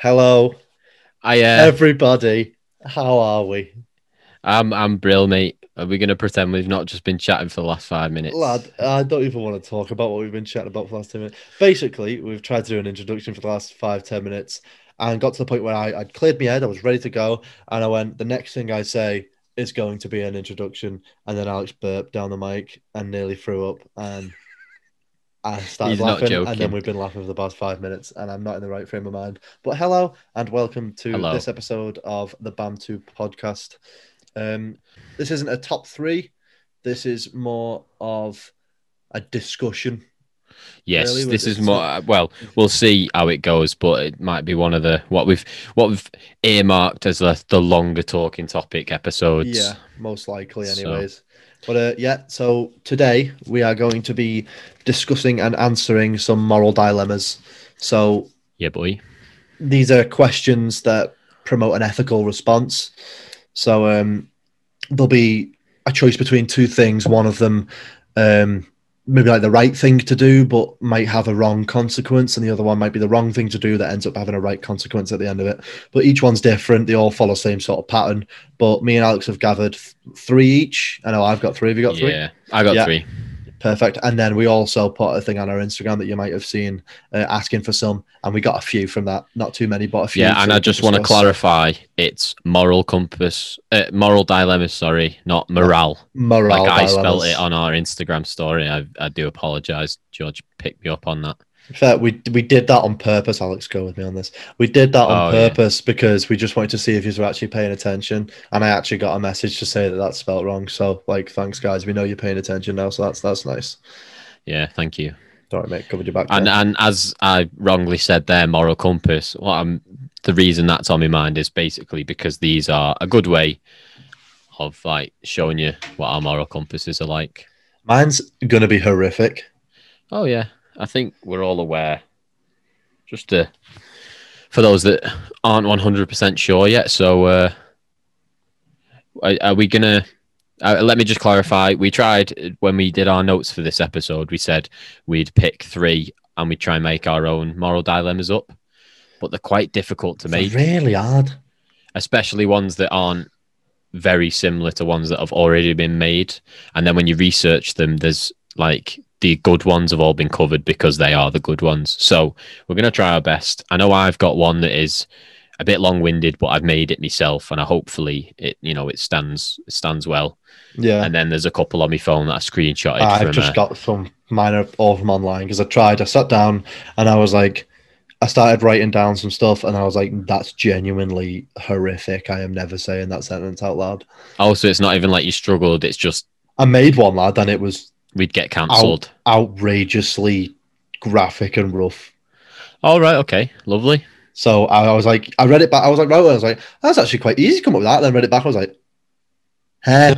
Hello, I uh, everybody. How are we, I'm I'm Brill, mate. Are we gonna pretend we've not just been chatting for the last five minutes? lad? I don't even want to talk about what we've been chatting about for the last ten minutes. Basically, we've tried to do an introduction for the last five ten minutes, and got to the point where I, I'd cleared my head. I was ready to go, and I went. The next thing I say is going to be an introduction, and then Alex burped down the mic and nearly threw up, and I started He's not laughing, and then joking. we've been laughing for the past five minutes, and I'm not in the right frame of mind. But hello, and welcome to Hello. this episode of the BAM2 podcast. Um, this isn't a top three. This is more of a discussion. yes, really, this was is it- more. uh, Well, we'll see how it goes, but it might be one of the what we've what we've earmarked as the, the longer talking topic episodes. Yeah, most likely, So- anyways. But uh, yeah, so today we are going to be discussing and answering some moral dilemmas. So yeah, boy. these are questions that promote an ethical response. So um, there'll be a choice between two things. One of them, um, maybe like the right thing to do, but might have a wrong consequence, and the other one might be the wrong thing to do that ends up having a right consequence at the end of it. But each one's different. They all follow same sort of pattern. But me and Alex have gathered th- three each. I know I've got three. Have you got three? Yeah, I got Yeah. three. Perfect. And then we also put a thing on our Instagram that you might have seen uh, asking for some, and we got a few from that. Not too many, but a few. Yeah, and I to just want to discuss. clarify: it's moral compass, uh, moral dilemmas. Sorry, not morale. Morale like I dilemmas. spelt it on our Instagram story. I I do apologize. George picked me up on that. Fair, we we did that on purpose. Alex, go with me on this. We did that on Oh, yeah. purpose because we just wanted to see if you were actually paying attention. And I actually got a message to say that that's spelt wrong. So, like, thanks guys. We know you're paying attention now, so that's that's nice. Yeah, thank you. All right, mate, covered your back. And there. and as I wrongly said there, moral compass. What I'm the reason that's on my mind is basically because these are a good way of like showing you what our moral compasses are like. Mine's gonna be horrific. Oh yeah, I think we're all aware. Just to, for those that aren't one hundred percent sure yet, so uh, are, are we gonna? Uh, let me just clarify. We tried uh, when we did our notes for this episode. We said we'd pick three and we'd try and make our own moral dilemmas up, but they're quite difficult to make, They're really hard. especially ones that aren't very similar to ones that have already been made. And then when you research them, there's like the good ones have all been covered because they are the good ones. So we're going to try our best. I know I've got one that is a bit long-winded, but I've made it myself, and I hopefully it you know it stands it stands well. Yeah. Ah, And then there's a couple on my phone that I screenshotted. I've from, just uh, got some minor all from online because I tried. I sat down and I was like, I started writing down some stuff and I was like, that's genuinely horrific. I am never saying that sentence out loud. Also, it's not even like you struggled. It's just I made one lad and it was we'd get cancelled. outrageously graphic and rough. All right, okay, lovely. So I, I was like, I read it back. I was like, right, I was like, that's actually quite easy to come up with that. Then read it back. I was like, eh,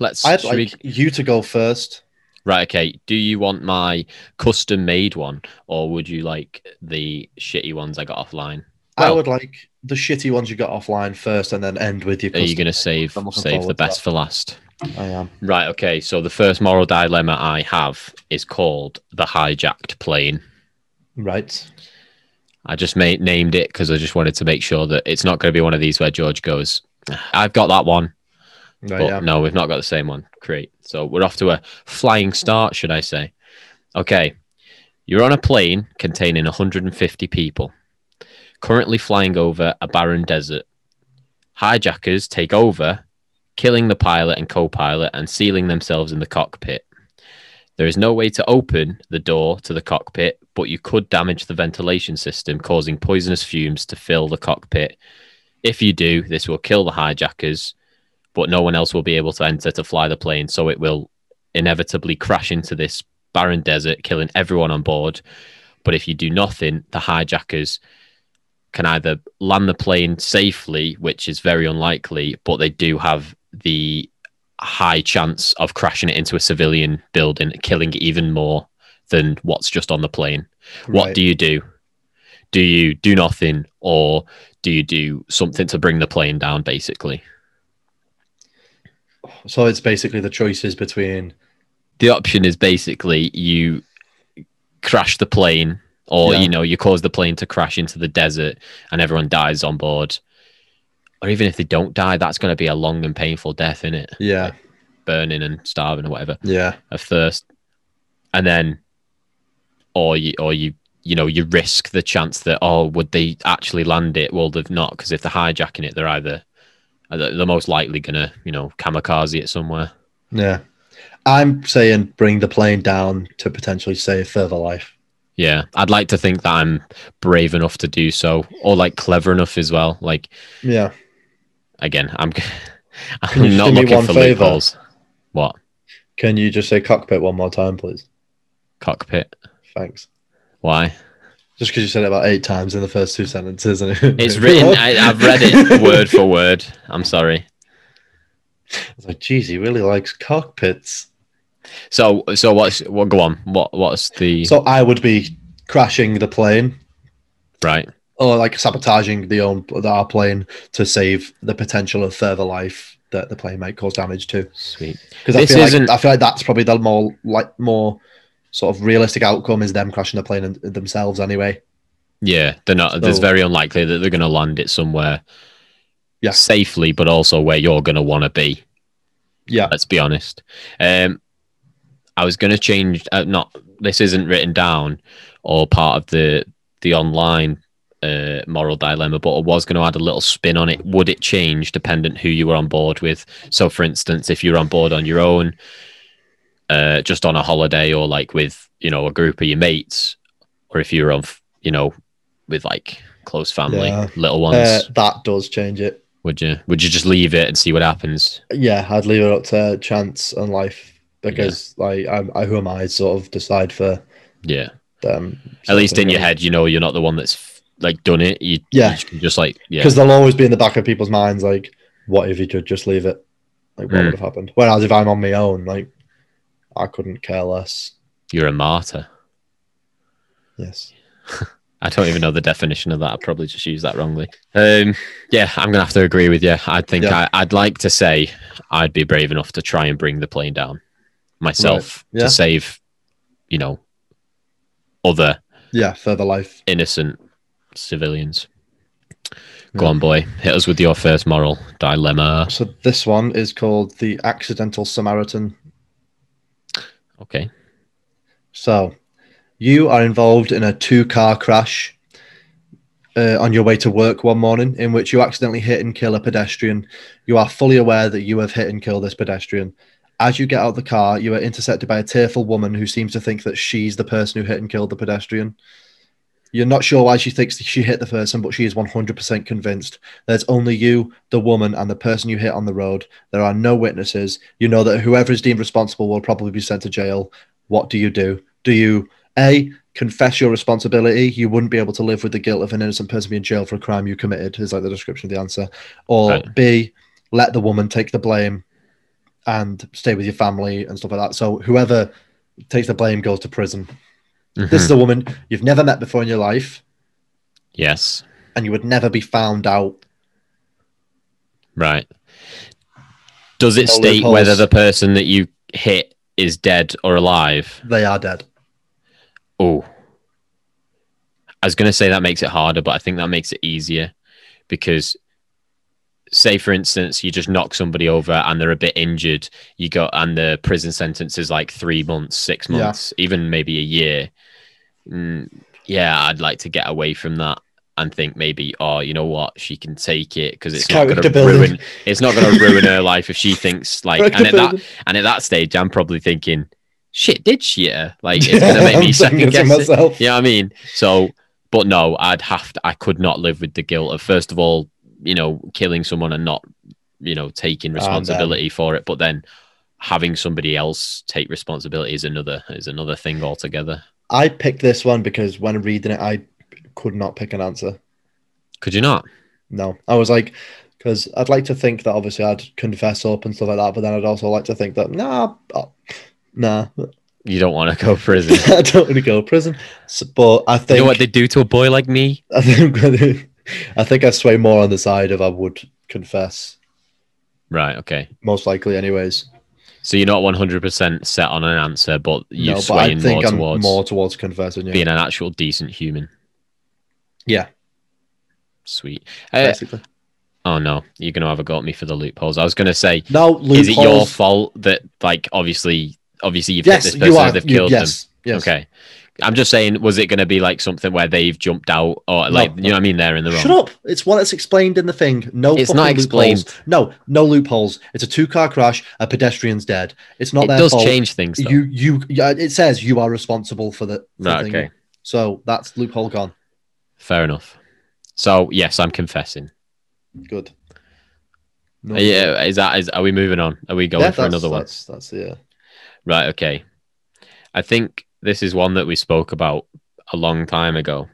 Let's I'd Uh, should we- like you to go first. Right, okay. Do you want my custom made one or would you like the shitty ones I got offline? I Well- would like the shitty ones you got offline first and then end with your. Are you custom- going to save I'm looking save the forward to best for last? I am. Right, okay. So the first moral dilemma I have is called the hijacked plane. Right. I just made, named it because I just wanted to make sure that it's not going to be one of these where George goes, I've got that one. Right. But yeah. no, we've not got the same one. Great. So we're off to a flying start, should I say. Okay. You're on a plane containing 150 people, currently flying over a barren desert. Hijackers take over, killing the pilot and co pilot and sealing themselves in the cockpit. There is no way to open the door to the cockpit, but you could damage the ventilation system, causing poisonous fumes to fill the cockpit. If you do, this will kill the hijackers but no one else will be able to enter to fly the plane. So it will inevitably crash into this barren desert, killing everyone on board. But if you do nothing, the hijackers can either land the plane safely, which is very unlikely, but they do have the high chance of crashing it into a civilian building, killing even more than what's just on the plane. What Right. do you do? Do you do nothing or do you do something to bring the plane down, basically? So it's basically the choices between the option is basically you crash the plane or Yeah. you know you cause the plane to crash into the desert and everyone dies on board or even if they don't die that's going to be a long and painful death in it Yeah. burning and starving or whatever Yeah. of thirst and then or you or you you know you risk the chance that oh would they actually land it well they've not because if they're hijacking it they're either they're they're most likely gonna you know kamikaze it somewhere Yeah. I'm saying bring the plane down to potentially save further life. yeah i'd like to think that i'm brave enough to do so or like clever enough as well like Yeah. again i'm Can you i'm not do me looking one for favour? loopholes what Can you just say cockpit one more time, please? cockpit Thanks. why Just because you said it about eight times in the first two sentences. And it- it's written I, i've read it word for word i'm sorry It's like, geez, he really likes cockpits. so so what's what go on what what's the So I would be crashing the plane right or like sabotaging the own our plane to save the potential of further life that the plane might cause damage to. Sweet. Because I This feel isn't- like I feel like that's probably the more like more sort of realistic outcome is them crashing the plane and, themselves anyway. Yeah, they're not. It's So- very unlikely that they're going to land it somewhere Yeah. safely, but also where you're going to want to be. Yeah. Let's be honest. Um, I was going to change. Uh, not this isn't written down or part of the the online uh, moral dilemma, but I was going to add a little spin on it. Would it change dependent who you were on board with? So, for instance, if you're on board on your own, uh, just on a holiday, or like with you know a group of your mates, or if you're on f- you know with like close family, Yeah. little ones, Uh, that does change it. would you would you just leave it and see what happens? Yeah, I'd leave it up to chance and life because like I'm, I, who am I to sort of decide for Yeah. them? At least in your head, you know you're not the one that's f- like done it. You, Yeah. you can just like yeah, because they'll always be in the back of people's minds like what if you could just leave it like what Mm. would have happened whereas if i'm on my own like i couldn't care less you're a martyr. yes I don't even know the definition of that. I probably just used that wrongly. Um, yeah, I'm gonna have to agree with you. I think Yeah. I, I'd like to say I'd be brave enough to try and bring the plane down myself Yeah. to save, you know, other yeah further life innocent civilians. Go on, boy, hit us with your first moral dilemma. so this one is called the accidental samaritan Okay, so you are involved in a two car crash uh, on your way to work one morning in which you accidentally hit and kill a pedestrian you are fully aware that you have hit and killed this pedestrian as you get out of the car you are intercepted by a tearful woman who seems to think that she's the person who hit and killed the pedestrian you're not sure why she thinks that she hit the person but she is 100% convinced there's only you the woman and the person you hit on the road there are no witnesses you know that whoever is deemed responsible will probably be sent to jail what do you do do you a confess your responsibility you wouldn't be able to live with the guilt of an innocent person being jailed for a crime you committed is like the description of the answer or Right. b let the woman take the blame and stay with your family and stuff like that so whoever takes the blame goes to prison this Mhm. is a woman you've never met before in your life yes, and you would never be found out right. Does it No state loopholes. whether the person that you hit is dead or alive? they are dead Oh, I was going to say that makes it harder, but I think that makes it easier because, say, for instance, you just knock somebody over and they're a bit injured, you go, and the prison sentence is like three months, six Yeah. months, even maybe a year. Mm, yeah, I'd like to get away from that. And think maybe, oh, you know what? She can take it because it's, It's not going to character building. ruin. It's not going to ruin her life if she thinks like. And at that, and at that stage, I'm probably thinking, shit, did she? Yeah? Like, it's going to make me I'm thinking second to guess it. myself Yeah, I mean, so, but no, I'd have to, I could not live with the guilt of, first of all, you know, killing someone and not, you know, taking then- responsibility for it, but then having somebody else take responsibility is another, is another thing altogether. i picked this one because when reading it i could not pick an answer Could you not? No, I was like, because I'd like to think that obviously I'd confess up and stuff like that, but then I'd also like to think that nah, uh, nah, You don't want to go to prison. I don't want to go to prison. S- but I you think know what they do to a boy like me? I think I think I sway more on the side of I would confess, Right. Okay. most likely, anyways. So you're not 100% set on an answer, but you're no, but I swaying think more I'm towards more towards confessing. Yeah, being an actual decent human. yeah Sweet. Uh, basically. oh no, you're gonna have a go at me for the loopholes. I was gonna say, No is it your loopholes. fault that like obviously, obviously you've Yes, hit this person, you are. they've you- killed them. yes, yes. Okay. I'm just saying, was it going to be like something where they've jumped out or like, you no. know what I mean? They're in the wrong. Shut up! It's one that's explained in the thing. No, It's fucking not explained. Loopholes. No, no loopholes. It's a two-car crash. A pedestrian's dead. It's not It their does fault. change things. Though. You, you. Yeah, it says you are responsible for the. for Right, the thing. okay. So that's loophole gone. Fair enough. So, yes, I'm confessing. Good. No, Uh, Yeah. Is that, is, are we moving on? Are we going Yeah, for that's- another one? That's, that's yeah. Right. Okay. I think this is one that we spoke about a long time ago.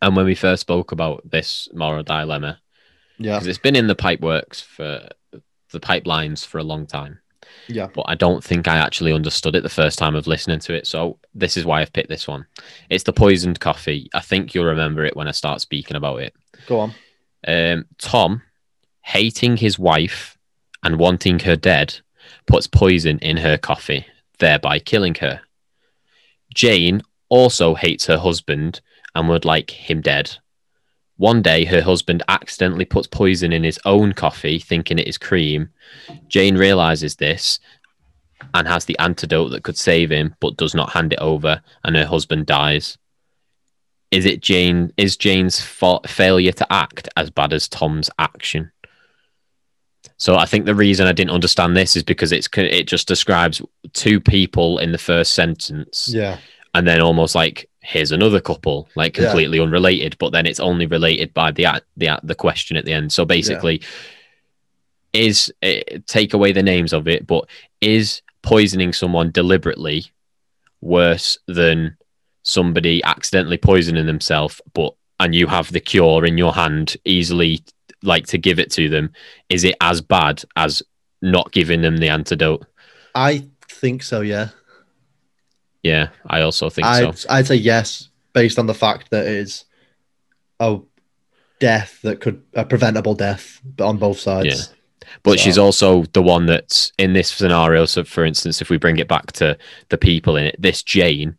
And when we first spoke about this moral dilemma, Yeah. because it's been in the pipeworks for the pipelines for a long time. Yeah. But I don't think I actually understood it the first time of listening to it. So this is why I've picked this one. It's the poisoned coffee. I think you'll remember it when I start speaking about it. Go on. Um, Tom, hating his wife and wanting her dead, puts poison in her coffee, thereby killing her. Jane also hates her husband and would like him dead. One day, her husband accidentally puts poison in his own coffee, thinking it is cream. Jane realizes this and has the antidote that could save him, but does not hand it over, and her husband dies is it Jane? Is Jane's fa- failure to act as bad as Tom's action? So I think the reason I didn't understand this is because it's co- it just describes two people in the first sentence, Yeah. and then almost like here's another couple, like Yeah. completely unrelated. But then it's only related by the a- the a- the question at the end. So basically, is eh, take away the names of it, but is poisoning someone deliberately worse than somebody accidentally poisoning themselves but and you have the cure in your hand easily like to give it to them is it as bad as not giving them the antidote I think so. Yeah. yeah i also think so I'd, I'd say yes, based on the fact that it is a death that could a preventable death, but on both sides. but so- she's also the one that's in this scenario so for instance if we bring it back to the people in it this jane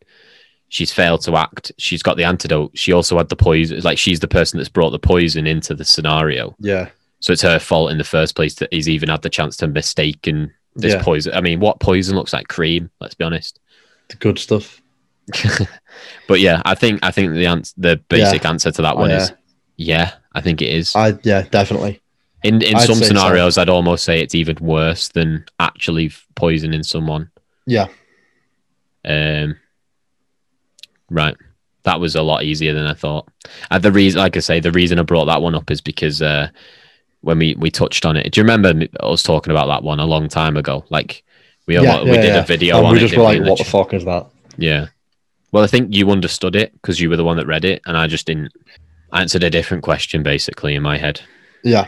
she's failed to act she's got the antidote she also had the poison like she's the person that's brought the poison into the scenario Yeah. So it's her fault in the first place that he's even had the chance to mistake and this Yeah. poison. I mean, what poison looks like cream? Let's be honest. The good stuff. But yeah, I think I think the ans- the basic answer to that Oh, one is yeah. I think it is. I yeah, definitely. in in I'd some say so. scenarios, I'd almost say it's even worse than actually f- poisoning someone. Yeah. Um. Right. That was a lot easier than I thought. And the reason, like I say, the reason I brought that one up is because uh, when we we touched on it, do you remember me- us talking about that one a long time ago? Like we Yeah, almo- we yeah, did yeah. a video and on we it. just didn't were we, like, in the what the ch- fuck is that? yeah. Well, I think you understood it because you were the one that read it, and I just didn't. I answered a different question basically in my head. Yeah.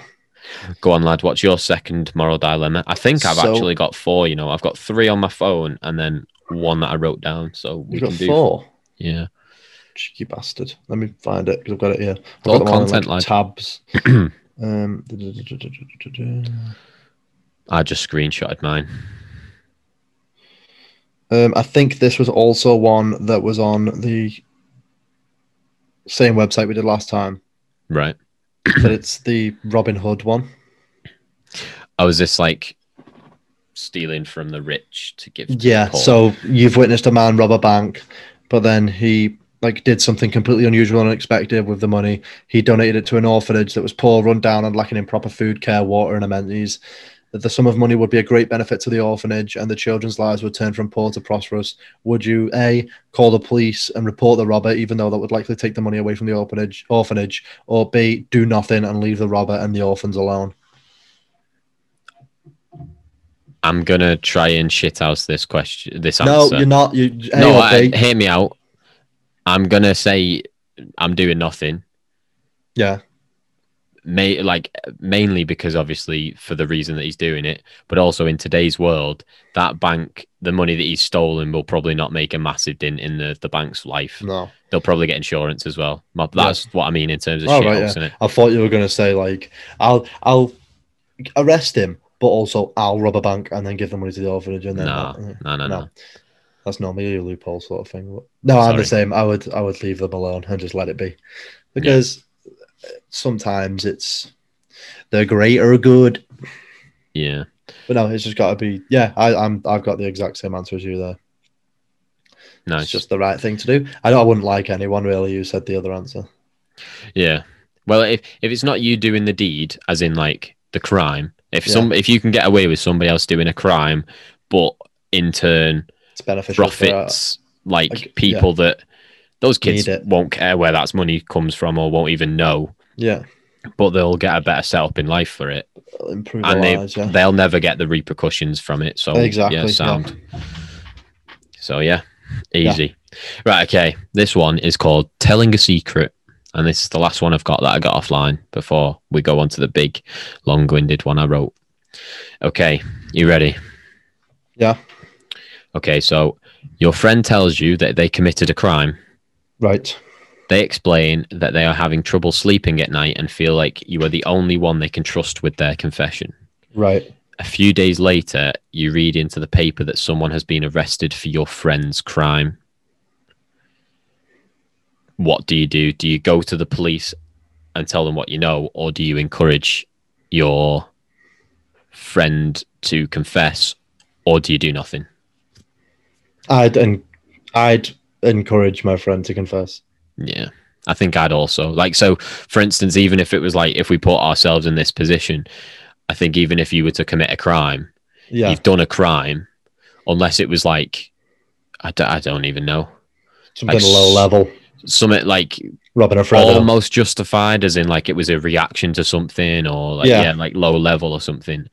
Go on, lad. What's your second moral dilemma? I think I've So- actually got four. You know, I've got three on my phone and then one that I wrote down. So we You've can got do. four. Yeah. Cheeky bastard. Let me find it because I've got it here. I've All got them all in, content, lad. tabs. um, um, I just screenshotted mine. Um, I think this was also one that was on the same website we did last time, Right. but it's the Robin Hood one. I was just Oh, like stealing from the rich to give. To the Yeah, poor. so you've witnessed a man rob a bank, but then he like did something completely unusual and unexpected with the money. He donated it to an orphanage that was poor, run down, and lacking in proper food, care, water, and amenities. That the sum of money would be a great benefit to the orphanage, and the children's lives would turn from poor to prosperous. Would you a call the police and report the robber, even though that would likely take the money away from the orphanage, orphanage, or b do nothing and leave the robber and the orphans alone? I'm gonna try and shithouse this question. This no, answer. you're not. You A no, or I, B. hear me out. I'm gonna say I'm doing nothing. yeah, May, like mainly because obviously for the reason that he's doing it, but also in today's world, that bank, the money that he's stolen will probably not make a massive dent in the, the bank's life. no. They'll probably get insurance as well. Ma- That's what I mean in terms of Oh, shit right, housing it. I thought you were going to say like, "I'll I'll arrest him, but also I'll rob a bank and then give them money to the orphanage and then Nah, no, no, no. No. that's normally a loophole sort of thing. But no, I'm the Sorry. same. I would I would leave them alone and just let it be, because sometimes it's the greater good. Yeah. But no, it's just got to be. Yeah, I, I'm I've got the exact same answer as you there. Nice. It's just the right thing to do. I know I wouldn't like anyone really who said the other answer. Yeah. Well, if if it's not you doing the deed, as in like the crime, if Yeah. some if you can get away with somebody else doing a crime, but in turn It's beneficial. for us. profits like Like, yeah. people that those kids Need it. won't care where that's money comes from or won't even know, yeah, but they'll get a better setup in life for it, it'll improve and our they lives. Yeah, they'll never get the repercussions from it. So exactly. yeah, yeah. sound. So yeah, easy. Right, okay. This one is called Telling a Secret. And this is the last one I've got that I got offline before we go on to the big long winded one I wrote. Okay, you ready? Yeah. Okay, so your friend tells you that they committed a crime. Right. They explain that they are having trouble sleeping at night and feel like you are the only one they can trust with their confession. Right. A few days later, you read into the paper that someone has been arrested for your friend's crime. What do you do? Do you go to the police and tell them what you know, or do you encourage your friend to confess, or do you do nothing? I'd and I'd encourage my friend to confess. Yeah. I think I'd also like so for instance, even if it was like if we put ourselves in this position, I think even if you were to commit a crime, Yeah, you've done a crime, unless it was like, I don't, I don't even know, something like low s- level. something like Robin a Fredo. almost justified, as in like it was a reaction to something or like, yeah. Yeah. like low level or something.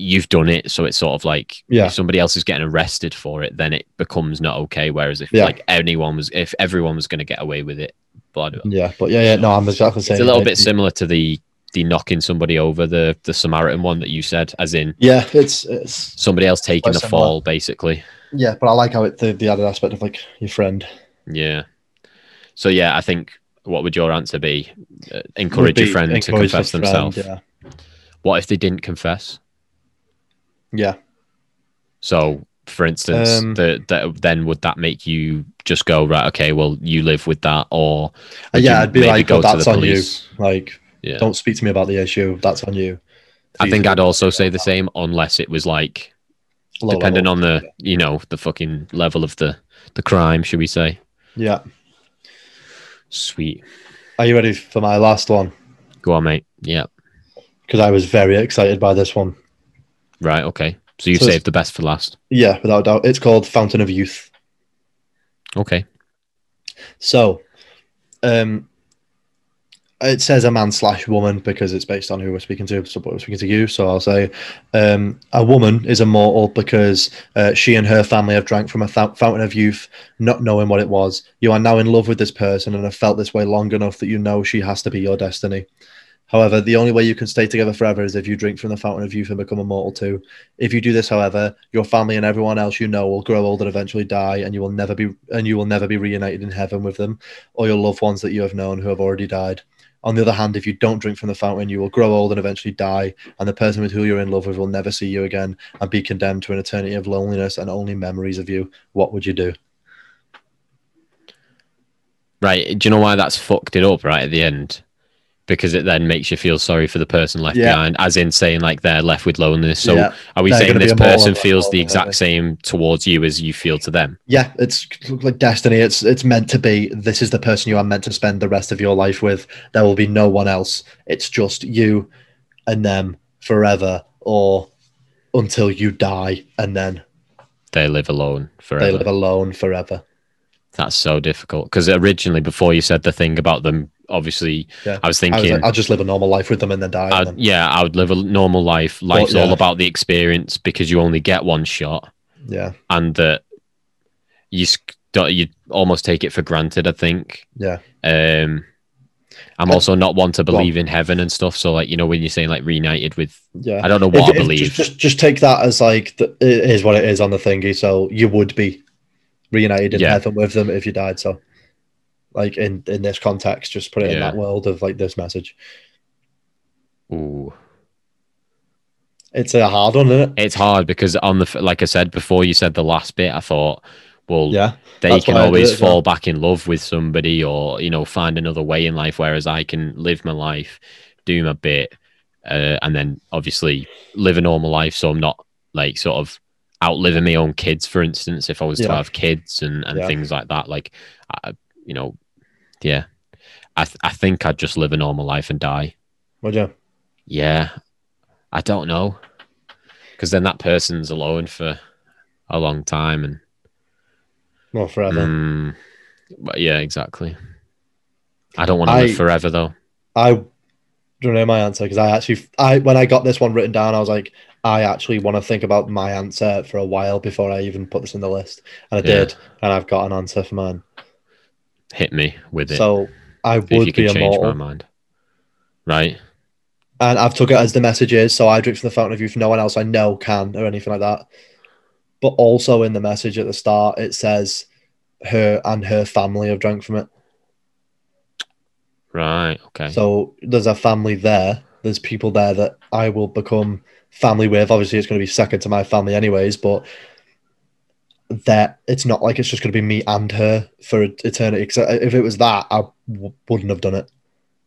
You've done it, so it's sort of like Yeah. if somebody else is getting arrested for it, then it becomes not okay. Whereas if Yeah. like anyone was, if everyone was going to get away with it, blah, blah, blah. yeah, but yeah, yeah, no, I'm exactly the same. it's a little It- bit similar to the the knocking somebody over the the Samaritan one that you said, as in Yeah, it's it's somebody else taking Quite the similar. fall, basically. Yeah, but I like how it the, the added aspect of like your friend. Yeah. So yeah, I think what would your answer be? Uh, encourage Would your be friend to encourage confess the friend, themselves. Yeah, What if they didn't confess? yeah, So, for instance, Um, the, the, then would that make you just go right? Okay, well, you live with that, or would yeah. you I'd be maybe like, go "Oh, to that's the on you. police? Like, Yeah. don't speak to me about the issue. That's on you. I think I'd also say the same, unless it was like depending on the you know the fucking level of the the crime, should we say? Yeah. Sweet, Are you ready for my last one? go on, mate. Yeah, Because I was very excited by this one. right, okay. So you've So it's- saved the best for last. Yeah, without a doubt. It's called Fountain of Youth. Okay, So, um, it says a man slash woman because it's based on who we're speaking to. So, but we're speaking to you, so I'll say um, a woman is immortal because uh, she and her family have drank from a thou- fountain of youth, not knowing what it was. You are now in love with this person and have felt this way long enough that you know she has to be your destiny. However, the only way you can stay together forever is if you drink from the fountain of youth and become immortal too. If you do this, however, your family and everyone else you know will grow old and eventually die, and you will never be and you will never be reunited in heaven with them or your loved ones that you have known who have already died. On the other hand, if you don't drink from the fountain, you will grow old and eventually die, and the person with who you're in love with will never see you again and be condemned to an eternity of loneliness and only memories of you. What would you do? Right. Do you know why that's fucked it up right at the end? Because it then makes you feel sorry for the person left Yeah. behind, as in saying like they're left with loneliness. So yeah, are we They're saying gonna be this a moral person of- feels the of- exact same towards you as you feel to them? yeah, it's like destiny. It's it's meant to be. This is the person you are meant to spend the rest of your life with. There will be no one else. It's just you and them forever, or until you die, and then They live alone they forever. live alone forever. that's so difficult. Because originally, before you said the thing about them, obviously, Yeah. I was I was thinking, like, I'll just live a normal life with them and then die. I and then, yeah, I would live a normal life. Life's all yeah. about the experience because you only get one shot, yeah, and that you sc- don't- you almost take it for granted. I think. yeah. Um, I'm I- also not one to Go on. believe in heaven and stuff. So, like, you know, when you're saying like reunited with, Yeah. I don't know what If- I if- believe. Just, just, just take that as like the, it is what it is on the thingy. So you would be reunited in Yeah. heaven with them if you died. So, like in in this context, just put it in Yeah. that world of like this message. Ooh, It's a hard one, isn't it? It's hard because on the f- like I said before, you said the last bit. I thought, well, Yeah. they that's can why I do always it as well. fall back in love with somebody or you know find another way in life, whereas I can live my life, do my bit, uh, and then obviously live a normal life. So I'm not like sort of outliving my own kids, for instance, if I was to Yeah. have kids and and Yeah. things like that. Like, I, you know, yeah, I th- I think I'd just live a normal life and die. Would you? Yeah, I don't know, because then that person's alone for a long time, and Not forever. Mm, but yeah, exactly. I don't want to I- live forever though. I don't know my answer because I actually, I when I got this one written down, I was like, I actually want to think about my answer for a while before I even put this in the list, and I Yeah. did, and I've got an answer for mine. Hit me with it. So I if you would be can change my immortal, mind. Right? and I've took it as the message is. So I drink from the fountain of youth. No one else I know can or anything like that. But also in the message at the start, it says her and her family have drank from it. Right. Okay. So there's a family there. There's people there that I will become family with. Obviously, it's going to be second to my family, anyways. But that it's not like it's just going to be me and her for eternity. 'Cause uh, if it was that, I w- wouldn't have done it.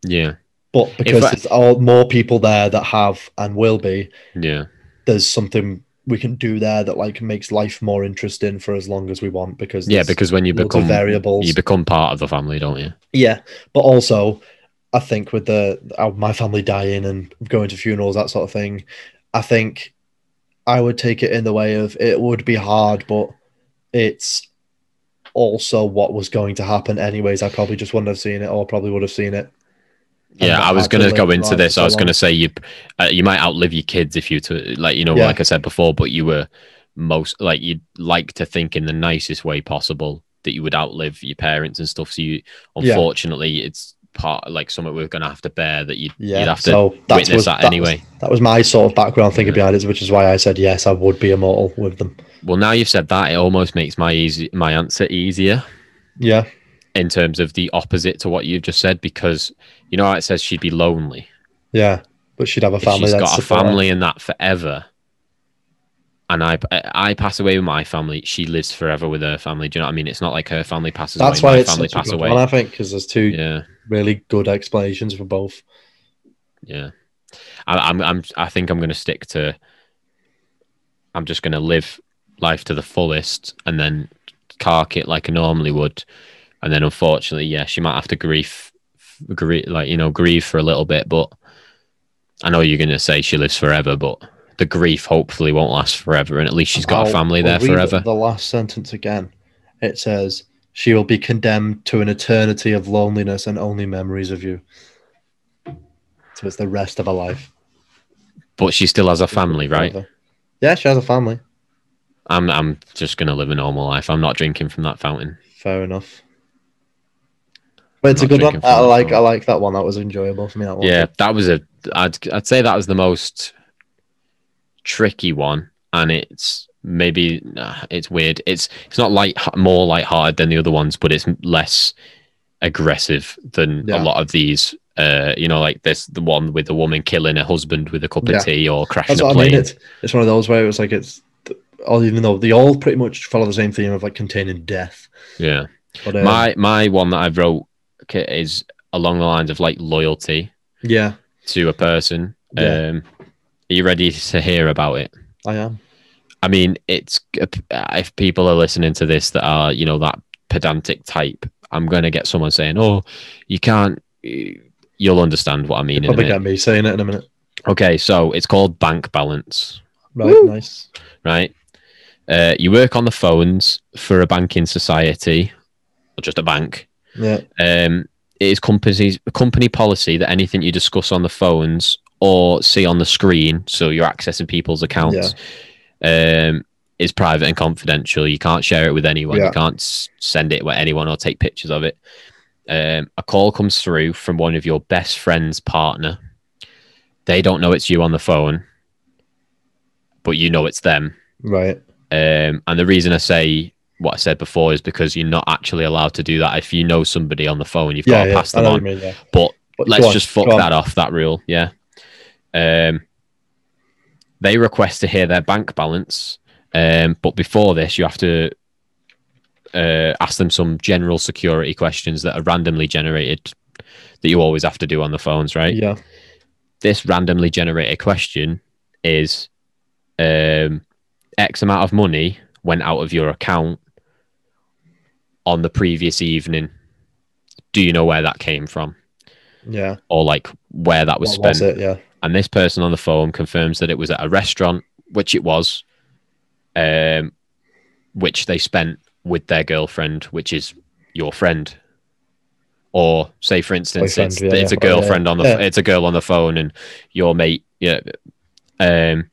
yeah. But because I- there's all more people there that have and will be, Yeah. there's something we can do there that like makes life more interesting for as long as we want. Because Yeah, there's because when you loads of become variables. you become part of the family, don't you? Yeah, but also, I think with the uh, my family dying and going to funerals that sort of thing, I think I would take it in the way of it would be hard, but it's also what was going to happen anyways. I probably just wouldn't have seen it, or probably would have seen it. And Yeah, not I was had going to live go the into life this. for I was so going to long. say you uh, you might outlive your kids if you to like you know Yeah. like I said before, but you were most like you'd like to think in the nicest way possible that you would outlive your parents and stuff. So you Yeah. unfortunately it's part like something we're going to have to bear that you'd, Yeah, you'd have to so that's witness was- that, was- anyway. that was my sort of background thinking Yeah. behind it, which is why I said yes, I would be immortal with them. Well, now you've said that, it almost makes my easy my answer easier Yeah, in terms of the opposite to what you've just said because you know how it says she'd be lonely. yeah, but she'd have a If family. she's that'd got a support her. family and that forever. And I, I pass away with my family. She lives forever with her family. Do you know what I mean? It's not like her family passes That's away. why my it's family such a pass good away. one, I think, because there's two Yeah, really good explanations for both. yeah. I, I'm, I'm, I think I'm going to stick to. I'm just going to live life to the fullest, and then cark it like I normally would. And then, unfortunately, yeah, she might have to grief, grieve, like you know, grieve for a little bit. But I know you're going to say she lives forever, but the grief hopefully won't last forever, and at least she's got Oh, a I'll- family I'll there read forever. The last sentence again. It says, She will be condemned to an eternity of loneliness and only memories of you. So it's the rest of her life. But she still has a family, right? Forever. Yeah, she has a family. I'm, I'm just going to live a normal life. I'm not drinking from that fountain. Fair enough. But it's a Not good one. drinking from I that like one. I like that one. That was enjoyable for me. That one. Yeah, that was a. I'd I'd say that was the most tricky one, and it's maybe nah, it's weird. It's it's not light more lighthearted than the other ones, but it's less aggressive than Yeah. a lot of these. Uh, you know, like this the one with the woman killing her husband with a cup Yeah. of tea or crashing That's a what I plane. mean. It's, it's one of those where it was like it's all even though they all pretty much follow the same theme of like containing death. yeah, But uh, my my one that I wrote okay, is along the lines of like loyalty yeah, to a person. Yeah. Um, are you ready to hear about it? I am. I mean, it's uh, if people are listening to this that are you know that pedantic type, I'm going to get someone saying, "Oh, you can't." You'll understand what I mean. In a Probably minute. get me saying it in a minute. Okay, so it's called bank balance, Right, Woo. nice. right? Uh, you work on the phones for a banking society, or just a bank. Yeah. Um, it is companies company policy that anything you discuss on the phones or see on the screen, so you're accessing people's accounts, um, is private and confidential. You can't share it with anyone. Yeah. You can't s- send it with anyone or take pictures of it. Um, a call comes through from one of your best friend's partner. They don't know it's you on the phone, but you know it's them. Right. Um, and the reason I say what I said before is because you're not actually allowed to do that. If you know somebody on the phone, you've got to pass I them know what on. you mean, yeah. But But let's go on, just fuck go on. that off, that rule. Yeah. Um, They request to hear their bank balance, um, but before this, you have to uh, ask them some general security questions that are randomly generated that you always have to do on the phones, right? Yeah. This randomly generated question is um, X amount of money went out of your account on the previous evening. Do you know where that came from? Yeah. Or like where that was What spent? was it? Yeah. and this person on the phone confirms that it was at a restaurant, which it was, um, which they spent with their girlfriend, which is your friend. Or say, for instance, Boyfriend, it's, yeah, it's a yeah. Oh, yeah. girlfriend on the Yeah. it's a girl on the phone, and your mate. Yeah. Um,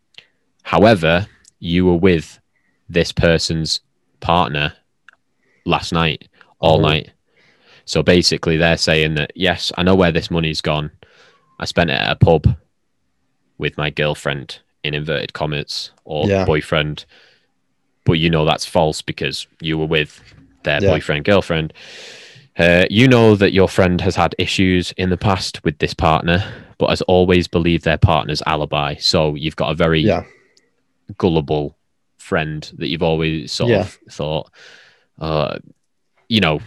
however, you were with this person's partner last night, all Oh. night. So basically, they're saying that yes, I know where this money's gone. I spent it at a pub with my girlfriend in inverted commas or Yeah. boyfriend, but you know that's false because you were with their Yeah. boyfriend girlfriend. Uh, you know that your friend has had issues in the past with this partner, but has always believed their partner's alibi. So you've got a very Yeah. gullible friend that you've always sort Yeah. of thought, uh, you know,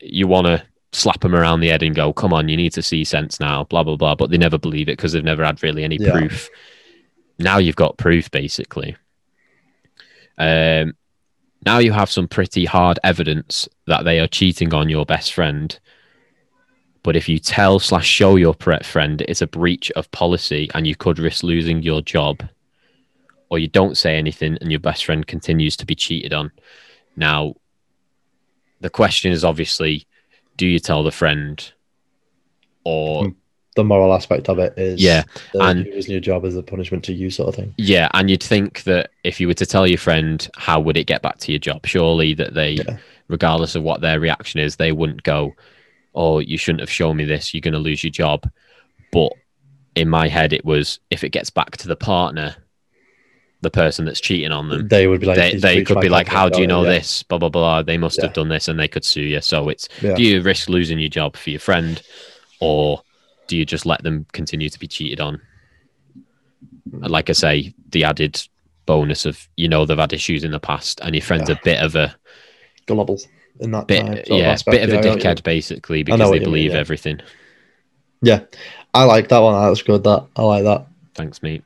you want to slap them around the head and go, come on, you need to see sense now, blah, blah, blah. But they never believe it because they've never had really any Yeah. proof. Now you've got proof, basically. Um, now you have some pretty hard evidence that they are cheating on your best friend. But if you tell slash show your pre- friend it's a breach of policy and you could risk losing your job, or you don't say anything and your best friend continues to be cheated on. Now, the question is obviously, do you tell the friend or Hmm. The moral aspect of it is Yeah, that and- you losing your job as a punishment to you, sort of thing. yeah, and you'd think that if you were to tell your friend, how would it get back to your job? Surely that they, Yeah. regardless of what their reaction is, they wouldn't go, "Oh, you shouldn't have shown me this. You're going to lose your job." But in my head, it was if it gets back to the partner, the person that's cheating on them, They would be like, Mm. they, "He's they breached could my be like, contract," "How do you know yeah. this?" Blah blah blah. They must Yeah. have done this, and they could sue you. So it's Yeah. do you risk losing your job for your friend, or do you just let them continue to be cheated on? And Like I say, the added bonus of you know they've had issues in the past, and your friend's Yeah. a bit of a Global in that bit, time, sort of yeah, aspect, bit of yeah, a I know what you mean. dickhead basically because what they you mean, believe yeah. everything. Yeah, I like that one. That's good. That I like that. Thanks, mate.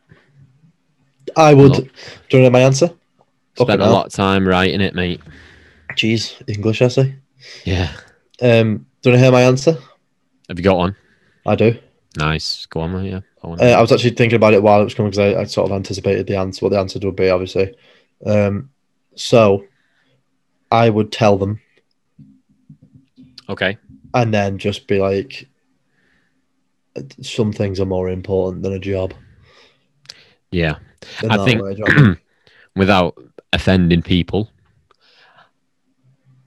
I would. Do you Look. want to know my answer? Fucking Spent a hell. lot of time writing it, mate. Jeez, English essay. Yeah, Um, do you want to hear my answer? have you got one? I do. Nice, go on, mate. Yeah, I wanna- Uh, I was actually thinking about it while it was coming because I, I sort of anticipated the answer, what the answer would be, obviously. Um, so I would tell them okay. and then just be like, some things are more important than a job. Yeah, than I that think- way, do you know what I mean? without offending people,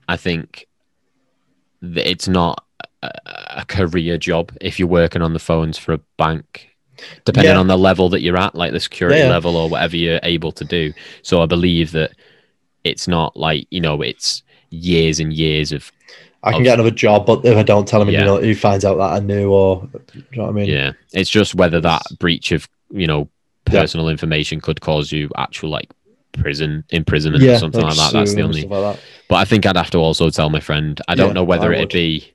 I think that it's not a, a career job if you're working on the phones for a bank, depending Yeah. on the level that you're at, like the security Yeah, yeah. level or whatever you're able to do. So I believe that it's not like, you know, it's years and years of, I can of- get another job, but if I don't tell him, Yeah. you know, he finds out that I knew, or do you know what I mean? yeah, it's just whether that It's- breach of, you know, Yeah. personal information could cause you actual like prison imprisonment yeah or something like that. sue That's the and only stuff like that. But I think I'd have to also tell my friend. I don't Yeah, know whether I it'd would. be.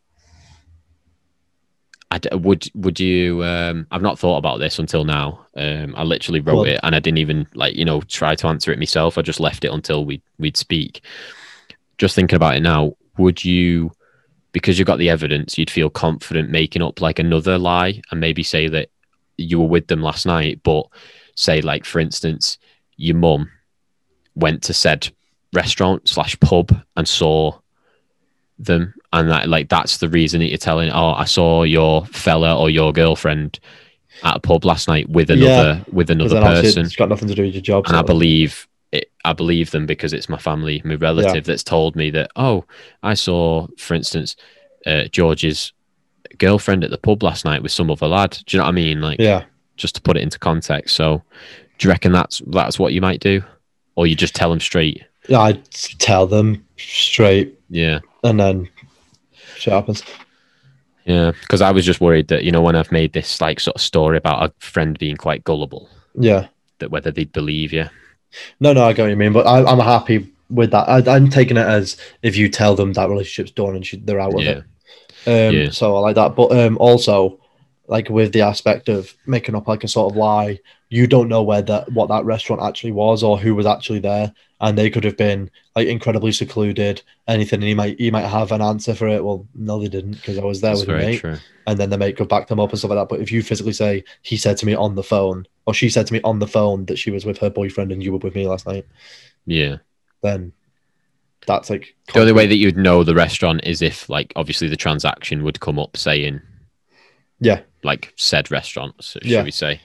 I d- would would you? Um, I've not thought about this until now. Um, I literally wrote Well- it, and I didn't even like you know try to answer it myself. I just left it until we we'd speak. Just thinking about it now, would you? Because you've got the evidence, you'd feel confident making up like another lie, and maybe say that you were with them last night, but say like for instance, your mum went to said restaurant slash pub and saw them and that like that's the reason that you're telling oh i saw your fella or your girlfriend at a pub last night with another with 'Cause another then obviously person it's got nothing to do with your job. and i sort of thing. believe it i believe them because it's my family my relative that's told me that oh i saw for instance uh, george's girlfriend at the pub last night with some other lad do you know what i mean like Yeah, just to put it into context so do you reckon that's that's what you might do or you just tell them straight yeah, I tell them straight, yeah and then shit happens. Yeah, because I was just worried that you know when I've made this like sort of story about a friend being quite gullible, Yeah, that whether they'd believe you. No, no, I get what you mean, but I, I'm happy with that. I, I'm taking it as if you tell them that relationship's done and she, they're out of Yeah. it. Um, Yeah. So I like that, but um, also like with the aspect of making up like a sort of lie, you don't know where that what that restaurant actually was or who was actually there, and they could have been like incredibly secluded. Anything, and you might you might have an answer for it. Well, no, they didn't because I was there That's with my very mate, true. and then the mate could back them up and stuff like that. But if you physically say he said to me on the phone or she said to me on the phone that she was with her boyfriend and you were with me last night, Yeah. then that's like The only way that you'd know the restaurant is if, like, obviously the transaction would come up saying, Yeah. like said restaurant, so, Yeah. should we say?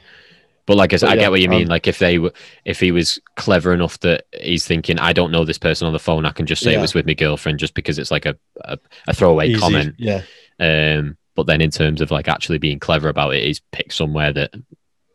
But like I said, But I yeah, get what you mean. um, like, if they were, if he was clever enough that he's thinking, I don't know this person on the phone, I can just say it Yeah. was with my girlfriend, just because it's like a a, a throwaway easy- comment. Yeah, Um, but then in terms of like actually being clever about it, he's picked somewhere that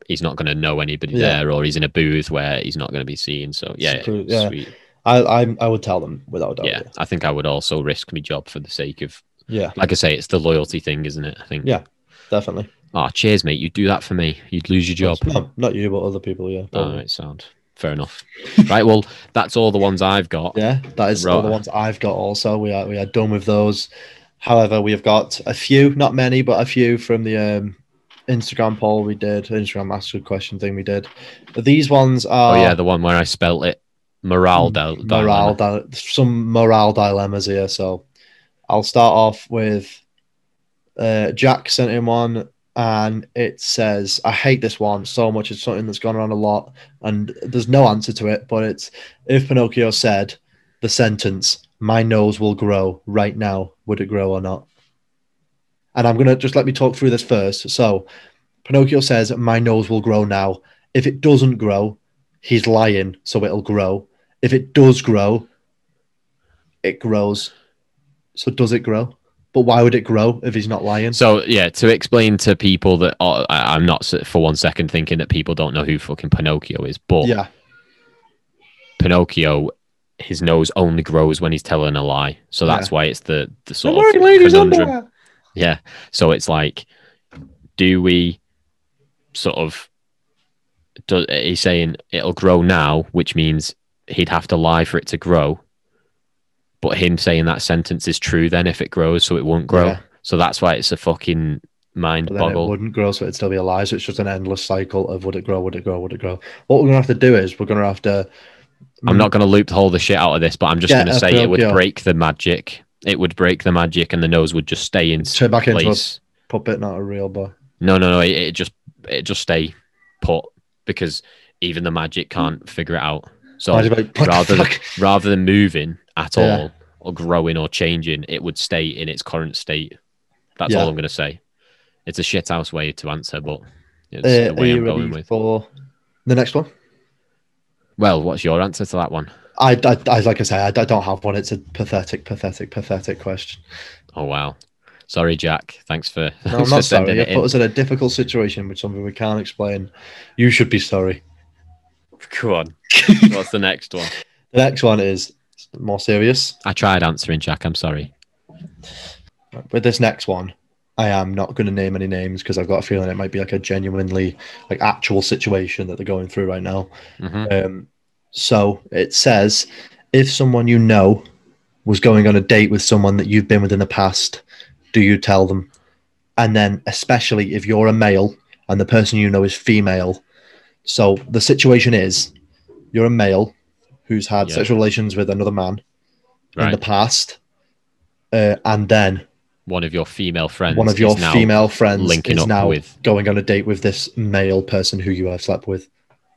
he's not going to know anybody Yeah. there, or he's in a booth where he's not going to be seen. So yeah, Seclu- yeah. sweet. I, I I would tell them without a doubt. yeah. I think I would also risk my job for the sake of yeah, like I say, it's the loyalty thing, isn't it? I think. Yeah. definitely. Oh, cheers, mate. You do that for me. You'd lose your job. No, not you, but other people. Yeah. All right, sound. Fair enough. right. Well, that's all the ones I've got. Yeah, that is all the Right. ones I've got. Also, we are we are done with those. However, we have got a few, not many, but a few from the um, Instagram poll we did, Instagram ask a question thing we did. These ones Oh, are yeah. The one where I spelt it Mm, morale. Di- morale dilemma. di- some morale dilemmas here. So I'll start off with uh, Jack sent in one, and it says, "I hate this one so much. It's something that's gone around a lot, and there's no answer to it. But it's if Pinocchio said the sentence, "My nose will grow right now," would it grow or not? And I'm gonna just let me talk through this first. So Pinocchio says, "My nose will grow now." If it doesn't grow, he's lying, so it'll grow if it does grow, it grows. So does it grow? But why would it grow if he's not lying? So yeah, to explain to people that oh, I, I'm not s- for one second thinking that people don't know who fucking Pinocchio is, but yeah, Pinocchio, his nose only grows when he's telling a lie. So that's why it's the the sort of conundrum. Yeah. So it's like, do we sort of, do, he's saying it'll grow now, which means he'd have to lie for it to grow. But him saying that sentence is true then if it grows, so it won't grow. Yeah. So that's why it's a fucking mind But then it boggle. wouldn't grow, so it'd still be a lie. So it's just an endless cycle of would it grow, would it grow, would it grow. What we're gonna have to do is we're gonna have to. I'm Mm. not going to loop the whole the shit out of this, but I'm just Get going to a say it would Pinocchio. break the magic. It would break the magic and the nose would just stay in turn back into a place. puppet, not a real boy. No, no, no. It, it just it just stay put because even the magic can't figure it out. So I'd be like, what rather the than- fuck? rather than moving at Yeah. all or growing or changing, it would stay in its current state. That's Yeah. all I'm gonna say. It's a shit house way to answer, but it's Uh, the are way you I'm going ready with. for the next one? Well, what's your answer to that one? I, I, I like I say, I, I don't have one. It's a pathetic, pathetic, pathetic question. Oh wow. Sorry, Jack. Thanks for, No, I'm thanks for not sending sorry. You it put in. us in a difficult situation with something we can't explain. You should be sorry. Come on. What's the next one? The next one is more serious. I tried answering, Jack. I'm sorry. With this next one, I am not going to name any names because I've got a feeling it might be like a genuinely, like actual situation that they're going through right now. hmm Um, so it says if someone you know was going on a date with someone that you've been with in the past, do you tell them? And then, especially if you're a male and the person you know is female. So the situation is you're a male who's had Yeah. sexual relations with another man in Right. the past. Uh, and then one of your female friends. one of your is now female friends linking is up now with- going on a date with this male person who you have slept with.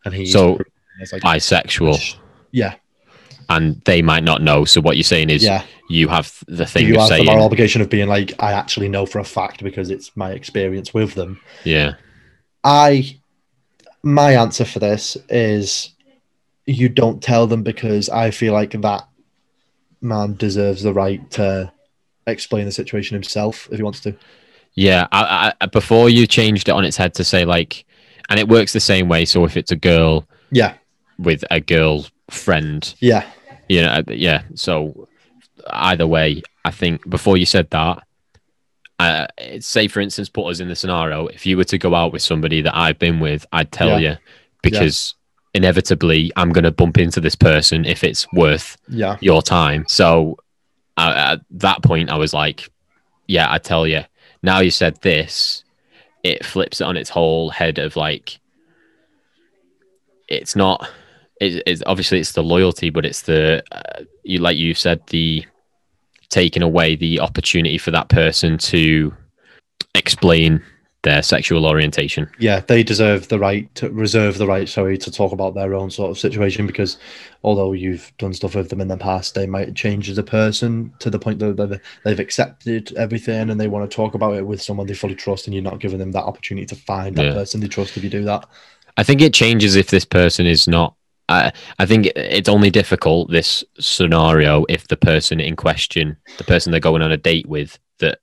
And he's So, it's like, bisexual yeah, and they might not know. So what you're saying is yeah. you have the thing you of have the moral saying, obligation of being like, I actually know for a fact because it's my experience with them. yeah, I, my answer for this is, you don't tell them because I feel like that man deserves the right to explain the situation himself if he wants to. yeah. I, I, before you changed it on its head to say like, and it works the same way. So if it's a girl Yeah, with a girl friend, yeah, you know, uh, yeah. So either way, I think before you said that. Uh, say for instance, put us in the scenario. If you were to go out with somebody that I've been with, I'd tell Yeah. you because inevitably I'm going to bump into this person if it's worth Yeah. your time. So I, at that point, I was like, yeah, I tell you. Now you said this, it flips it on its whole head of like, it's not. It, it's obviously it's the loyalty, but it's the uh, you like you said the taking away the opportunity for that person to explain their sexual orientation. Yeah, they deserve the right to reserve the right, sorry, to talk about their own sort of situation because although you've done stuff with them in the past, they might change as a person to the point that they've- they've accepted everything and they want to talk about it with someone they fully trust, and you're not giving them that opportunity to find that Yeah. person they trust if you do that. I think it changes if this person is not. I I think it- it's only difficult this scenario if the person in question, the person they're going on a date with, that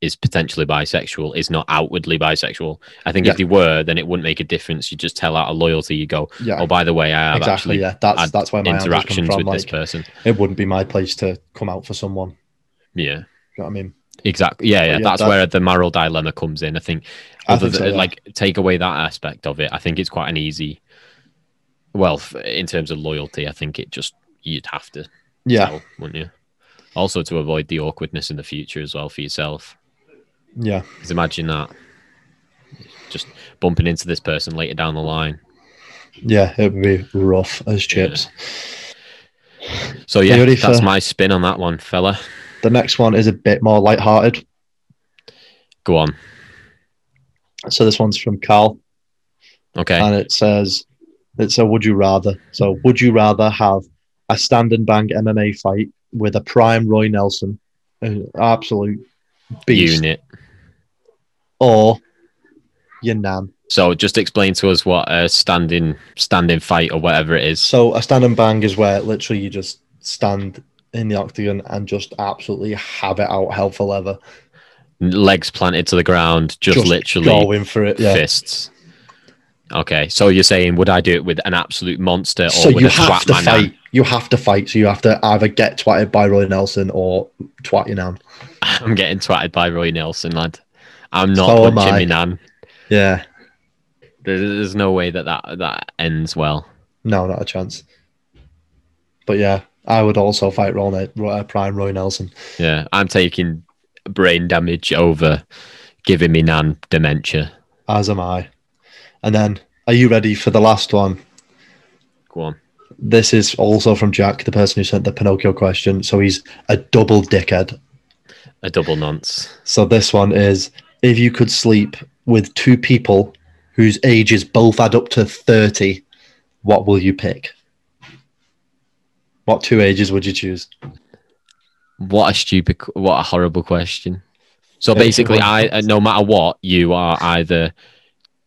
is potentially bisexual, is not outwardly bisexual. I think Yeah. if they were, then it wouldn't make a difference. You just tell out a loyalty. You go, Yeah, oh, by the way, I have exactly. actually Yeah, that's had that's where my answers come interactions from. with this Like, person. it wouldn't be my place to come out for someone. Yeah, You know what I mean? exactly. Yeah, yeah. yeah, that's that- where the moral dilemma comes in. I think I other think so, than, yeah. like take away that aspect of it i think it's quite an easy well f- in terms of loyalty i think it just you'd have to Yeah, tell wouldn't you also to avoid the awkwardness in the future as well for yourself yeah, because imagine that just bumping into this person later down the line yeah. It would be rough as chips. so yeah ready that's for- my spin on that one fella The next one is a bit more lighthearted. go on So this one's from Carl. okay and it says it's a would you rather. So would you rather have a stand and bang MMA fight with a prime Roy Nelson, an absolute beast, unit or your nan? so just explain to us what a standing standing fight or whatever it is So a stand and bang is where literally you just stand in the octagon and just absolutely have it out hell for leather. legs planted to the ground just, literally going for it. Yeah. fists. Okay, so you're saying would I do it with an absolute monster or So with you a have twat to man? fight. You have to fight. So you have to either get twatted by Roy Nelson or twat your nan. I'm getting twatted by Roy Nelson, lad. I'm not So am punching I. me nan. Yeah. There- There's no way that, that that ends well. No, not a chance. But yeah, I would also fight Roy, Roy, Prime Roy Nelson. Yeah, I'm taking brain damage over giving me nan dementia. As am I. And then, are you ready for the last one? Go on. This is also from Jack, the person who sent the Pinocchio question. So he's a double dickhead. A double nonce. So this one is if you could sleep with two people whose ages both add up to 30, what will you pick? What two ages would you choose? What a stupid, qu- what a horrible question. So Yeah, it's a basically, good I one. uh, no matter what, you are either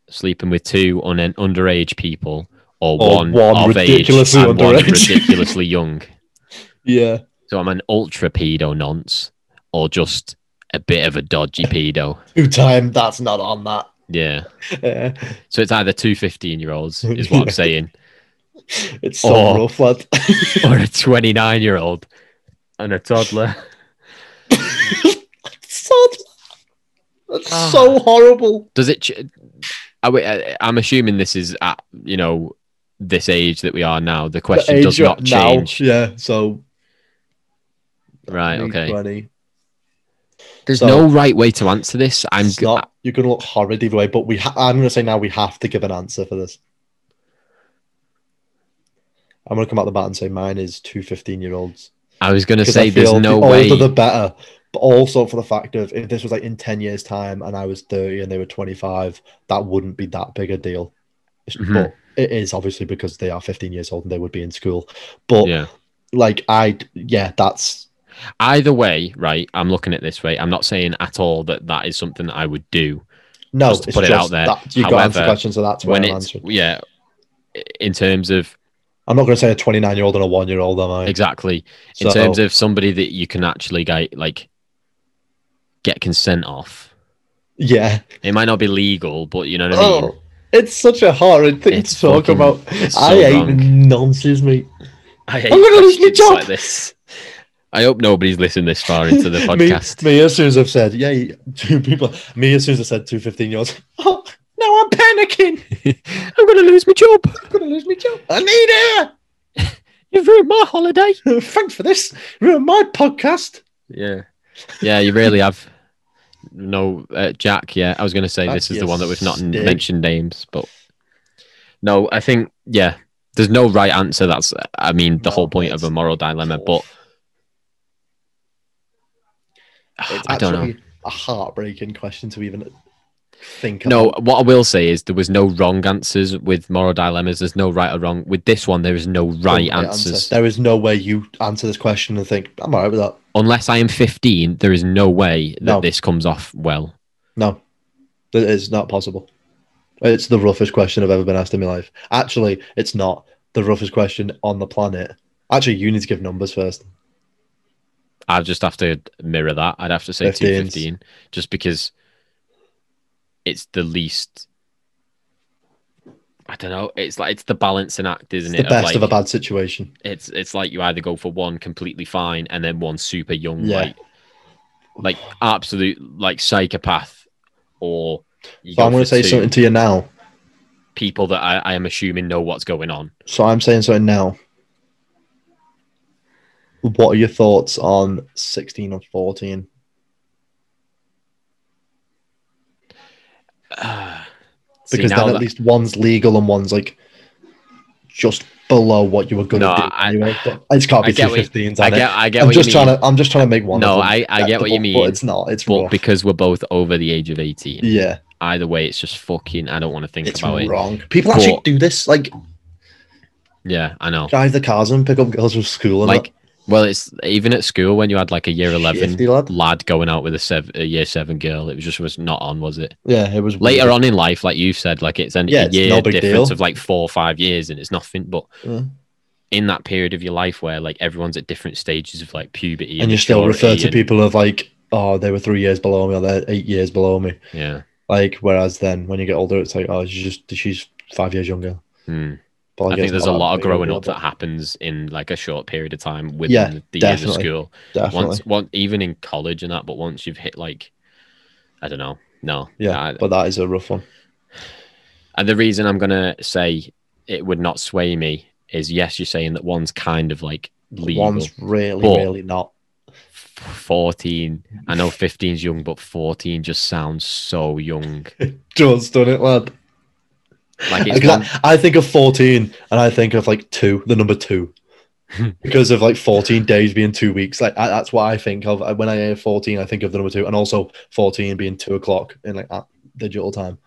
sleeping with two un- underage people or, Or one, one of ridiculously age and one underage. ridiculously young. Yeah. So I'm an ultra pedo nonce or just a bit of a dodgy pedo. Two time, that's not on that. Yeah. Uh, So it's either two 15 year olds, is what I'm Yeah. saying, it's so Or- rough, lad. or a 29 year old and a toddler. so, that's Ah. so horrible. Does it? Ch- I, wi- I- I'm assuming this is at you know this age that we are now. The question does you're not at now, change, Yeah, so right? me, Okay. 20. There's So- no right way to answer this. I'm. It's not. You're gonna look horrid either way, but we. Ha- I'm gonna say now we have to give an answer for this. I'm gonna come out the bat and say mine is two 15 year olds. I was gonna 'Cause say I there's feel no the way. older the better. But also for the fact of if this was like in 10 years' time and I was 30 and they were 25, that wouldn't be that big a deal. It's- Mhm. But it is obviously because they are 15 years old and they would be in school. But yeah. like I yeah, that's Either way, right? I'm looking at this way. I'm not saying at all that that is something that I would do. no. Just to it's put it just out there. That, you got answer However, questions, so that's where when I'm it's answering. yeah, in terms of I'm not going to say a 29 year old and a one year old, am I? exactly in So- terms of somebody that you can actually get like get consent off. yeah. It might not be legal, but you know what I mean. Oh, it's such a horrid thing It's to talk fucking- about. it's I so hate wrong. nonsense, mate. I hate I'm gonna lose my questions job. like this. I hope nobody's listened this far into the podcast. me, me as soon as I've said, yeah, two people. Me as soon as I said two 15 year olds. Oh, now I'm panicking. I'm going to lose my job. I'm gonna lose my job. I need You've ruined my holiday. air. Thanks for this. Ruin my podcast. Yeah. Yeah, you really have. No, uh, Jack, yeah. I was going to say Jack, this is you the one that we've not n- stick. mentioned names, but no, I think, yeah, there's no right answer. That's, I mean, the No, whole point of it's a moral dilemma, but It's I don't know. actually A heartbreaking question to even think. No, about. what I will say is there was no wrong answers with moral dilemmas. There's no right or wrong. With this one, there is no right Don't answers. Answer. There is no way you answer this question and think I'm alright with that. Unless I am 15, there is no way that No. this comes off well. No, it is not possible. It's the roughest question I've ever been asked in my life. Actually, it's not the roughest question on the planet. Actually, you need to give numbers first. I'd just have to mirror that. I'd have to say 15s. 215 just because it's the least. I don't know. It's like it's the balancing act, isn't It's it? the best like, of a bad situation. It's it's like you either go for one completely fine and then one super young, Yeah. like like absolute like psychopath, or you So go I'm going for to say two something to you now. people that I, I am assuming know what's going on. So I'm saying something now. What are your thoughts on 16 and 14? See, Because now then at that- least one's legal and one's like just below what you were going to No, do. I- anyway. But it's can't I be get what you- 215s. I on it. get I get I'm what just you trying mean. to. I'm just trying to make one. No, of them I- I get what you acceptable, mean, But it's not. It's but wrong. because we're both over the age of 18 yeah, either way it's just fucking i don't want to think it's about it wrong. People But- actually do this. Like yeah i know drive the cars and pick up girls from school. And like well it's even at school when you had like a year 11 Shifty lad. lad going out with a, sev- a year 7 girl it was just was not on was it that. yeah, it was later weird. on in life like you've said like it's an, Yeah, a it's year no big difference deal. Mm. of like 4 or 5 years and it's nothing but Yeah. in that period of your life where like everyone's at different stages of like puberty and, and you still refer maturity to people of like, oh, they were three years below me, or they're eight years below me. and- yeah Like whereas then when you get older, it's like, oh, she's just she's five years younger. Hmm. But I guess think there's a not that lot of big a growing deal, up but that happens in like a short period of time within Yeah, the years of definitely. school. Definitely. once one even in college and that but once you've hit like i don't know no yeah, I- but that is a rough one. and the reason i'm gonna say it would not sway me is yes you're saying that one's kind of like legal One's really, But- really not. F- 14 i know 15's young but 14 just sounds so young Just done it, lad. like it's Because one, I, I think of 14 and I think of like two, the number two. because of like 14 days being two weeks. Like I, that's what I think of. When I hear 14, I think of the number two and also 14 being two o'clock in like that digital time.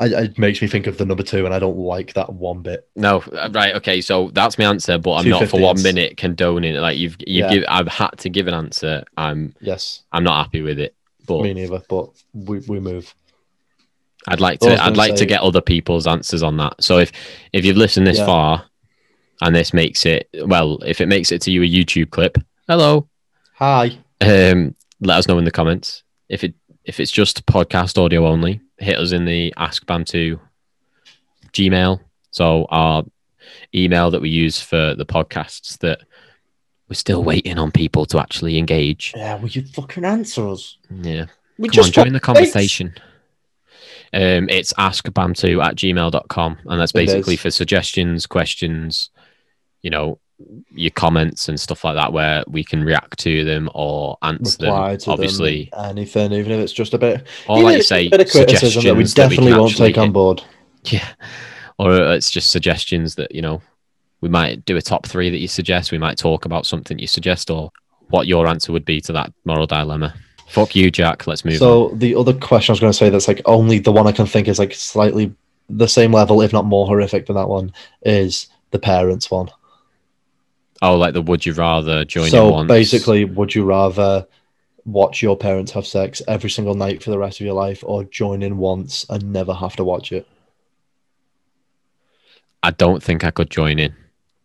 I, it makes me think of the number two and I don't like that one bit. no uh, right okay so that's my answer but i'm Two not for one 15s. minute condoning it like you've Yeah. you've give, i've had to give an answer i'm Yes, i'm not happy with it but me neither, but we, we move. I'd like Well, I was to. I'd gonna like to say- get other people's answers on that. So if if you've listened this Yeah. far, and this makes it well, if it makes it to you a YouTube clip, hello, Hi. um, let us know in the comments. If it if it's just podcast audio only, hit us in the Ask Bantu Gmail. So our email that we use for the podcasts that we're still waiting on people to actually engage. Yeah, will you fucking answer us? Yeah. We Come on, join the conversation. Um, it's askbam2 at gmail.com. And that's It is. basically for suggestions, questions, you know, your comments and stuff like that, where we can react to them or answer Reply them. to obviously. them, anything, even if it's just a bit, Or even like if you it's a say, bit of criticism suggestions that we that definitely can won't actually take on hit. board. Yeah. Or uh, it's just suggestions that, you know, we might do a top three that you suggest. We might talk about something you suggest or what your answer would be to that moral dilemma. Fuck you, Jack. Let's move on. So the other question I was going to say that's like only the one I can think is like slightly the same level, if not more horrific than that one, is the parents one. Oh, like the would you rather join in so once. basically, would you rather watch your parents have sex every single night for the rest of your life, or join in once and never have to watch it? I don't think I could join in.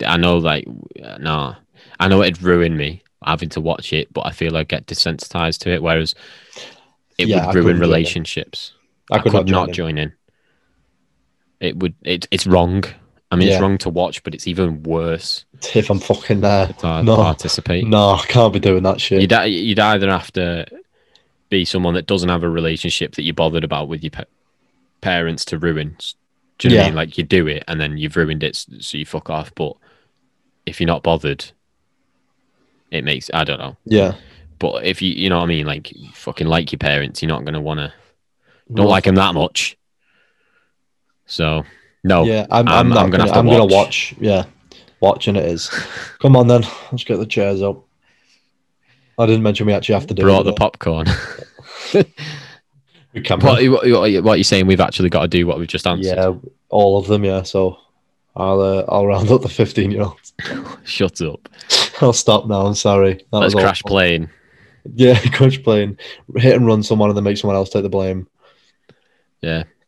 I know, like, uh, nah. I know it'd ruin me having to watch it, but I feel I'd get desensitized to it. Whereas it Yeah, I would couldn't join ruin in. relationships. I could, not, in. join in. It would. It, it's wrong. I mean, Yeah. it's wrong to watch, but it's even worse if I'm fucking there. to No. participate. No, I can't be doing that shit. You'd, ei- you'd either have to be someone that doesn't have a relationship that you're bothered about with your pa- parents to ruin. Do you know what I Yeah. mean? Like you do it and then you've ruined it, s- so you fuck off. But if you're not bothered, it makes I don't know. Yeah. But if you you know what I mean, like you fucking like your parents, you're not gonna wanna don't like them that much. So no, Yeah, I'm, I'm, I'm- not Oh, um, I'm gonna gonna, have to I'm gonna watch. watch. Yeah, watching it is. Come on then, let's get the chairs up. I didn't mention we actually have to do brought it. the popcorn. We can- what, what, what, what you're saying? We've actually got to do what we've just answered. yeah, all of them. Yeah, so I'll uh, I'll round up the 15 year old. Shut up. I'll stop now. I'm sorry. That Let's was crash awful. plane. Yeah, crash plane. Hit and run someone and then make someone else take the blame.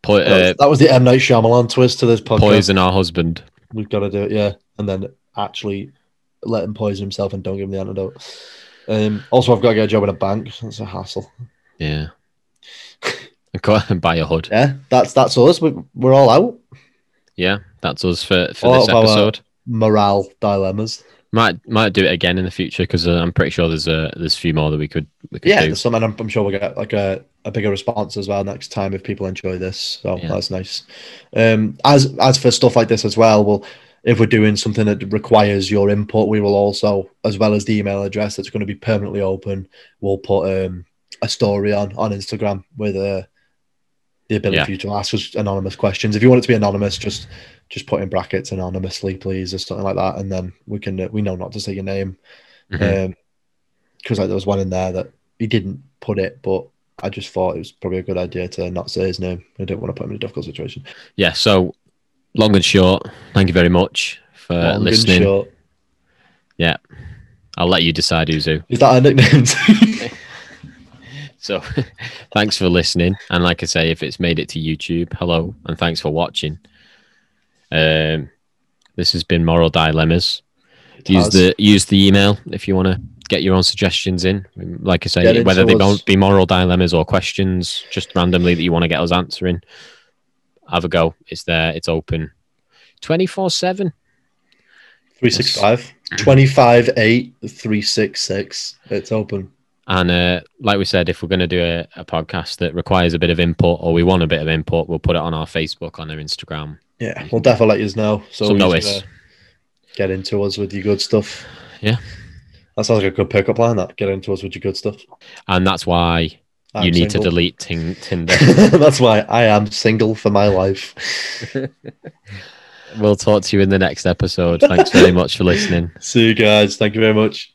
Po- That, was, uh, that was the M Night Shyamalan twist to this podcast. poison our husband. We've got to do it. Yeah, and then actually let him poison himself and don't give him the antidote. Um, also, I've got to get a job in a bank. That's a hassle. Yeah. And Go and buy a hood. Yeah, that's that's us. We, we're all out. Yeah, that's us for, for All this of our- episode. Morale dilemmas. Might might do it again in the future because uh, I'm pretty sure there's a there's a few more that we could we could yeah, do. there's some, and I'm, I'm sure we'll get like a, a bigger response as well next time if people enjoy this. So Yeah. that's nice. Um, as as for stuff like this as well, well, if we're doing something that requires your input, we will also, as well as the email address that's going to be permanently open, we'll put um, a story on on Instagram with uh, the ability Yeah. for you to ask us anonymous questions. If you want it to be anonymous, just just put in brackets anonymously, please, or something like that, and then we can uh, we know not to say your name Mhm. because like there was one in there that he didn't put it, but I just thought it was probably a good idea to not say his name. I didn't want to put him in a difficult situation. yeah, so long and short, thank you very much for Long and Uh, listening. short. I'll let you decide who's who. Is that a nickname? So thanks for listening. And like I say, if it's made it to YouTube, hello and thanks for watching. Um, this has been Moral Dilemmas. Use has. the use the email if you want to get your own suggestions in. Like I Get say, into whether they us. won't be moral dilemmas or questions, just randomly that you want to get us answering, have a go. It's there. It's open, twenty four seven. 365 25 8 366. It's open. And uh, like we said, if we're going to do a, a podcast that requires a bit of input or we want a bit of input, we'll put it on our Facebook, on our Instagram. Yeah, we'll definitely let you know. So, So you notice. can, uh, get into us with your good stuff. Yeah. That sounds like a good pickup line. That get into us with your good stuff. And that's why I'm you need to single. delete ting- Tinder. That's why I am single for my life. we'll talk to you in the next episode. Thanks very much for listening. See you guys. Thank you very much.